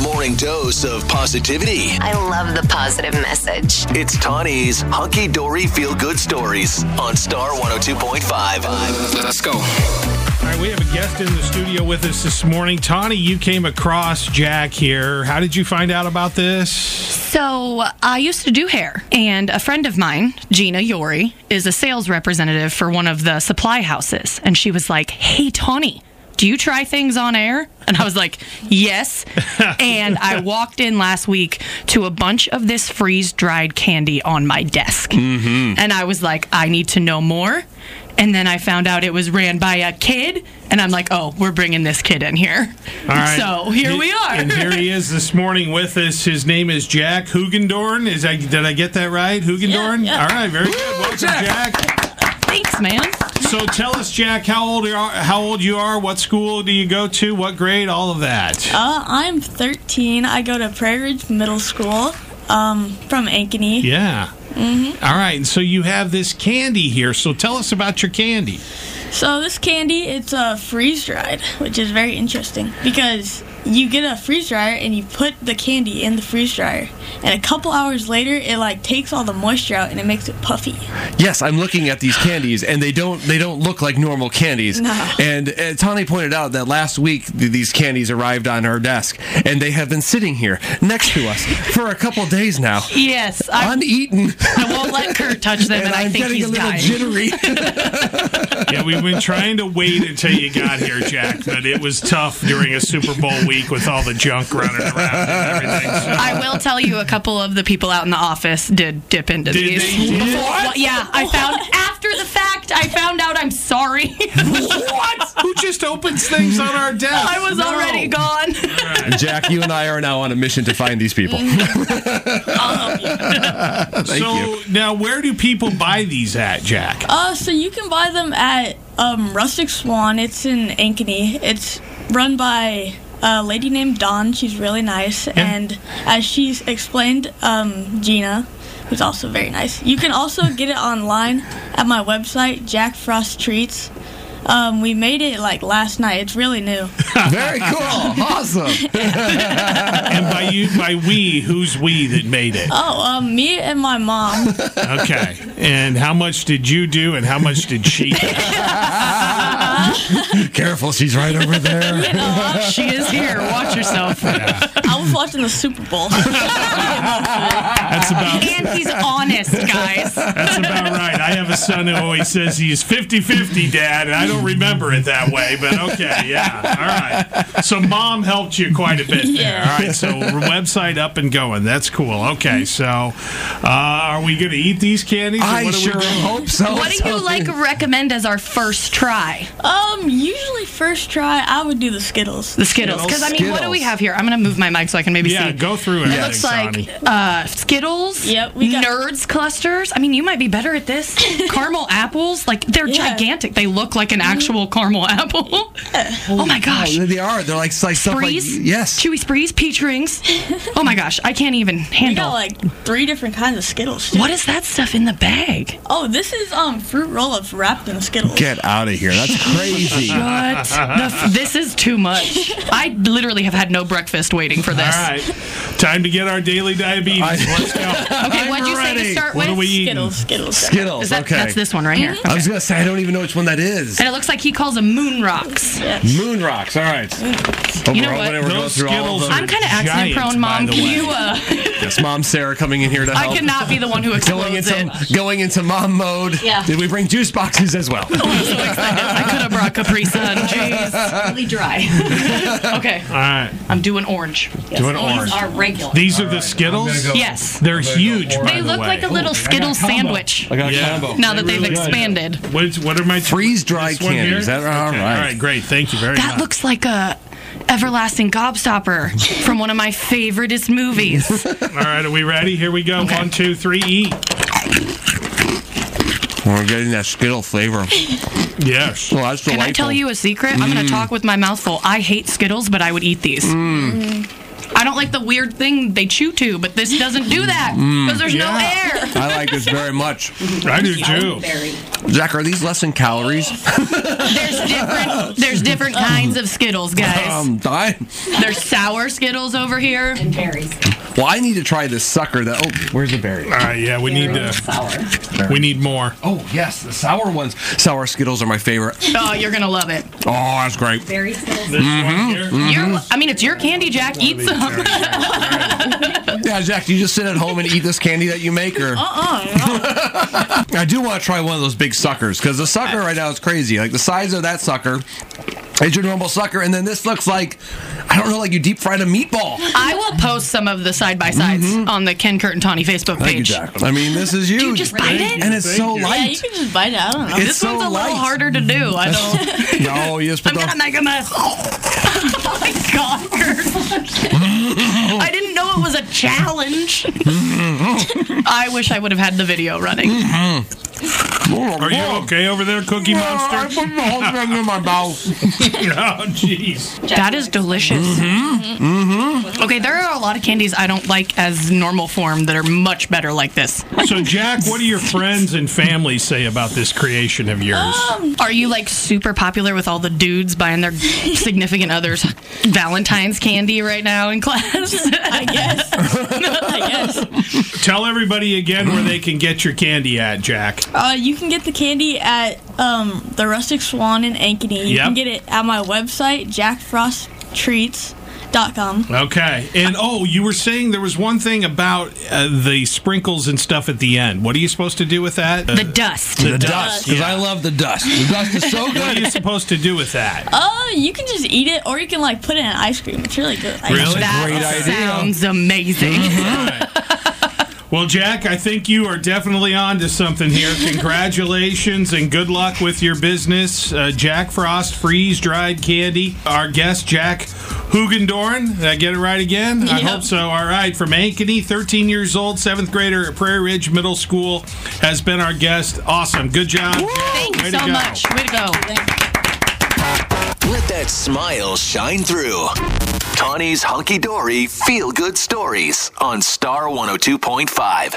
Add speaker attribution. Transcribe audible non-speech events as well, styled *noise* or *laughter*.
Speaker 1: morning dose of positivity.
Speaker 2: I love the positive message.
Speaker 1: It's Tawny's Hunky Dory Feel Good Stories on Star 102.5.
Speaker 3: Let's go.
Speaker 4: All right, we have a guest in the studio with us this morning. Tawny, you came across Jack here. How did you find out about this?
Speaker 5: So I used to do hair, and a friend of mine, Gina Yori, is a sales representative for one of the supply houses, and she was like, "Hey, Tawny." Do you try things on air? And I was like,
Speaker 4: *laughs*
Speaker 5: yes. and I walked in last week to a bunch of this freeze dried candy on my desk.
Speaker 4: Mm-hmm.
Speaker 5: And I was like, I need to know more. And then I found out it was ran by a kid. And I'm like, oh, we're bringing this kid in here.
Speaker 4: All right.
Speaker 5: So here
Speaker 4: He-
Speaker 5: we are.
Speaker 4: And here he is this morning with us. His name is Jack Hugendorn. Is I did I get that right? Hugendorn?
Speaker 5: Yeah, yeah.
Speaker 4: All right, very good. Welcome, Jack.
Speaker 5: *laughs* Thanks, man.
Speaker 4: So tell us, Jack, how old you are how old you are, what school do you go to, what grade, all of that.
Speaker 6: Uh, I'm 13. I go to Prairie Ridge Middle School um, from Ankeny.
Speaker 4: Yeah.
Speaker 5: mm-hmm.
Speaker 4: All right. And so you have this candy here. So tell us about your candy.
Speaker 6: So this candy, it's uh, freeze dried, which is very interesting because you get a freeze dryer and you put the candy in the freeze dryer, and a couple hours later, it like takes all the moisture out and it makes it puffy.
Speaker 7: Yes, I'm looking at these candies, and they don't they don't look like normal candies.
Speaker 6: No.
Speaker 7: And uh, Tawny pointed out that last week th- these candies arrived on her desk, and they have been sitting here next to us for a couple days now,
Speaker 5: Yes. I,
Speaker 7: uneaten.
Speaker 5: *laughs* I won't let Kurt touch them, and,
Speaker 7: And
Speaker 5: I
Speaker 7: I'm
Speaker 5: think
Speaker 7: getting
Speaker 5: he's
Speaker 7: a little
Speaker 5: dying. *laughs*
Speaker 7: jittery.
Speaker 4: Yeah, we've been trying to wait until you got here, Jack, but it was tough during a Super Bowl week with all the junk running around and everything. So
Speaker 5: I will tell you, a couple of the people out in the office did dip into
Speaker 4: Did
Speaker 5: these.
Speaker 4: they? Did-
Speaker 5: Well, yeah, I found after the fact. I found out. I'm sorry. *laughs*
Speaker 4: what? Who just opens things on our desk?
Speaker 5: I was
Speaker 4: No.
Speaker 5: already gone.
Speaker 7: Jack, you and I are now on a mission to find
Speaker 5: *laughs*
Speaker 7: these people. Thank
Speaker 4: so
Speaker 7: you.
Speaker 4: now, where do people buy these at, Jack?
Speaker 6: Uh, so you can buy them at um, Rustic Swan. It's in Ankeny. It's run by a lady named Dawn. She's really nice, and as she's explained, um, Gina, who's also very nice. You can also get it online at my website, Jack Frost Treats. Um, we made it like last night. It's really new.
Speaker 7: Very cool. Awesome.
Speaker 4: And by you, by we, who's we that made it?
Speaker 6: Oh, um, me and my mom.
Speaker 4: Okay. And how much did you do, and how much did she? do?
Speaker 7: Careful, she's right
Speaker 5: *laughs*
Speaker 7: over there.
Speaker 5: she is here. Watch yourself.
Speaker 6: I was watching the Super Bowl.
Speaker 4: That's about
Speaker 5: And he's honest, guys.
Speaker 4: That's about right. I have a son who always says he's 50 50, Dad, and I don't remember it that way, but okay, yeah. All right. So, mom helped you quite a bit there.
Speaker 6: Yeah.
Speaker 4: All right. So, website up and going. That's cool. Okay. So, uh, are we going to eat these candies? or
Speaker 7: I
Speaker 4: what are we
Speaker 7: sure
Speaker 4: doing?
Speaker 7: hope so.
Speaker 5: What do you like recommend as our first try?
Speaker 6: um, usually first try, I would do the Skittles.
Speaker 5: The Skittles. Because I mean, what do we
Speaker 7: Skittles.
Speaker 5: have here? I'm gonna move my mic so I can maybe
Speaker 4: Yeah,
Speaker 5: see.
Speaker 4: go through it.
Speaker 5: It looks like uh, Skittles.
Speaker 6: Yep, we got-
Speaker 5: Nerds clusters. I mean, you might be better at this.
Speaker 6: *laughs*
Speaker 5: caramel apples, like they're
Speaker 6: Yeah. Mm-hmm.
Speaker 5: gigantic. They look like an actual caramel *laughs* apple. oh my gosh.
Speaker 7: They are. They're like, it's like stuff like
Speaker 5: Sprees,
Speaker 7: yes.
Speaker 5: chewy sprees, peach
Speaker 6: *laughs*
Speaker 5: rings. Oh my gosh, I can't even
Speaker 6: We
Speaker 5: handle.
Speaker 6: got like three different kinds of Skittles. too.
Speaker 5: what is that stuff in the bag?
Speaker 6: Oh, this is um fruit roll-ups wrapped in Skittles.
Speaker 7: Get out of here. That's crazy.
Speaker 5: *laughs* What? the f- this is too
Speaker 6: *laughs*
Speaker 5: much. I literally have had no breakfast waiting for this.
Speaker 4: All right. Time to get our daily diabetes. Let's go. I'm
Speaker 5: what'd you say to
Speaker 4: ready.
Speaker 5: start
Speaker 4: what
Speaker 5: with?
Speaker 4: Are we eating?
Speaker 6: Skittles, Skittles.
Speaker 7: Skittles.
Speaker 5: Is that,
Speaker 7: okay.
Speaker 5: That's this one right here.
Speaker 6: Mm-hmm.
Speaker 7: I was gonna say I don't even know which one that is.
Speaker 5: And it looks like he calls them moon rocks.
Speaker 7: Moon rocks. All right.
Speaker 5: You know
Speaker 7: Overall,
Speaker 5: what?
Speaker 7: whenever we're going
Speaker 4: Those
Speaker 7: through all
Speaker 4: Skittles
Speaker 7: of those-
Speaker 4: are
Speaker 5: I'm kind of
Speaker 4: giant,
Speaker 5: accident prone,
Speaker 4: by
Speaker 5: mom.
Speaker 4: the
Speaker 5: Can
Speaker 4: way.
Speaker 5: you? Uh,
Speaker 7: Yes, Mom Sarah coming in here to help.
Speaker 5: I cannot be the one who
Speaker 7: Going
Speaker 5: explodes
Speaker 7: into
Speaker 5: it.
Speaker 7: going into mom mode.
Speaker 2: Yeah.
Speaker 7: Did we bring juice boxes as well?
Speaker 5: I'm so excited. I could have brought Capri Sun. Jeez, really dry. okay,
Speaker 4: All right.
Speaker 5: I'm doing orange.
Speaker 4: Do an orange.
Speaker 2: Are regular.
Speaker 4: These are the Skittles?
Speaker 5: Yes.
Speaker 4: They're huge. by
Speaker 5: They
Speaker 4: the
Speaker 5: look
Speaker 4: way.
Speaker 5: like a little Skittles sandwich.
Speaker 7: I got
Speaker 4: Yeah.
Speaker 5: Now that they've
Speaker 4: Really good.
Speaker 5: expanded,
Speaker 4: What's, what are my
Speaker 7: Freeze dry
Speaker 4: this one
Speaker 7: candies.
Speaker 4: here?
Speaker 7: Is that- all
Speaker 4: Okay,
Speaker 7: right.
Speaker 4: All right. Great. Thank you very
Speaker 5: that
Speaker 4: much.
Speaker 5: looks like a everlasting gobstopper from one of my favoriteest movies.
Speaker 4: all right. Are we ready? Here we go.
Speaker 5: Okay.
Speaker 4: One, two, three. E. Eat.
Speaker 7: We're getting that Skittle flavor.
Speaker 4: Yes.
Speaker 7: Well, that's
Speaker 5: Can
Speaker 7: delightful.
Speaker 5: I tell you a secret? I'm going to talk with my mouth full. I hate Skittles, but I would eat these. I don't like the weird thing they chew to, but this doesn't do that because there's no
Speaker 7: yeah.
Speaker 5: air.
Speaker 7: I like this very much.
Speaker 4: I do too.
Speaker 7: Zach, are these less in calories?
Speaker 5: There's different. There's different kinds of Skittles, guys.
Speaker 7: *laughs* Um, I,
Speaker 5: There's sour Skittles over here.
Speaker 7: well, I need to try this sucker. That oh, where's the berry?
Speaker 4: All right, yeah, we need to. We need more.
Speaker 7: Oh yes, the sour ones. Sour Skittles are my favorite.
Speaker 5: Oh, you're gonna love it.
Speaker 7: Oh, that's great.
Speaker 4: This one here.
Speaker 5: You're,
Speaker 7: Mm-hmm.
Speaker 5: I mean, it's your candy, Jack. Eat some.
Speaker 7: Yeah, Zach, do you just sit at home and eat this candy that you make, or
Speaker 6: Uh-uh.
Speaker 7: *laughs* I do want to try one of those big suckers because the sucker right now is crazy. Like the size of that sucker is your normal sucker, and then this looks like I don't know, like you deep fried a meatball.
Speaker 5: I will post some of the side by sides on the Ken Kurt and Tawny Facebook
Speaker 7: Mm-hmm. Thank you,
Speaker 5: page.
Speaker 7: Jack. I mean, this is huge.
Speaker 5: just bite it?
Speaker 7: and it's
Speaker 4: Thank
Speaker 7: so
Speaker 4: you.
Speaker 6: yeah,
Speaker 4: *laughs*
Speaker 6: you
Speaker 7: light.
Speaker 6: can just bite it. I don't know.
Speaker 7: It's
Speaker 5: This
Speaker 7: so
Speaker 5: one's a
Speaker 7: light.
Speaker 5: little harder to do. I don't.
Speaker 7: No, you just put
Speaker 5: I'm gonna
Speaker 7: the.
Speaker 5: make a
Speaker 7: *laughs*
Speaker 5: mess. oh my god, Kurt. I didn't know it was a challenge.
Speaker 7: *laughs*
Speaker 5: I wish I would have had the video running.
Speaker 4: Are you okay over there, Cookie
Speaker 7: I
Speaker 4: Monster?
Speaker 7: put the whole thing in my mouth.
Speaker 4: *laughs* Oh, jeez.
Speaker 5: That is delicious. Mm-hmm. Okay, there are a lot of candies I don't like as normal form that are much better like this.
Speaker 4: So, Jack, what do your friends and family say about this creation of yours?
Speaker 5: Are you like super popular with all the dudes buying *laughs* their significant others Valentine's candy right now in class?
Speaker 6: I guess.
Speaker 2: *laughs*
Speaker 6: I guess.
Speaker 4: Tell everybody again where they can get your candy at, Jack.
Speaker 6: Uh, you can get the candy at um, the Rustic Swan in Ankeny. You
Speaker 4: Yep.
Speaker 6: can get it at my website, jackfrosttreats.com.
Speaker 4: Okay. And oh, you were saying there was one thing about uh, the sprinkles and stuff at the end. What are you supposed to do with that?
Speaker 5: the dust.
Speaker 4: The
Speaker 7: dust, because I love the dust. The dust
Speaker 4: *laughs*
Speaker 7: is so
Speaker 4: what are
Speaker 7: good.
Speaker 4: you supposed to do with that?
Speaker 6: Uh, you can just eat it, or you can like put it in ice cream. It's really good. I-
Speaker 4: Really?
Speaker 5: that
Speaker 7: great idea.
Speaker 5: sounds amazing.
Speaker 4: Well, Jack, I think you are definitely on to something
Speaker 5: *laughs*
Speaker 4: here. Congratulations and good luck with your business. Uh, Jack Frost Freeze Dried Candy. Our guest, Jack Hugendorn. Did I get it right again? I
Speaker 6: Yep.
Speaker 4: hope so. All right. From Ankeny, 13 years old, seventh grader at Prairie Ridge Middle School, has been our guest. Awesome. Good job.
Speaker 5: Thank
Speaker 4: Way
Speaker 5: you
Speaker 4: to
Speaker 5: so
Speaker 4: go.
Speaker 5: much. Way to go.
Speaker 1: Let that smile shine through. oh Tawny's Hunky Dory Feel Good Stories on Star 102.5.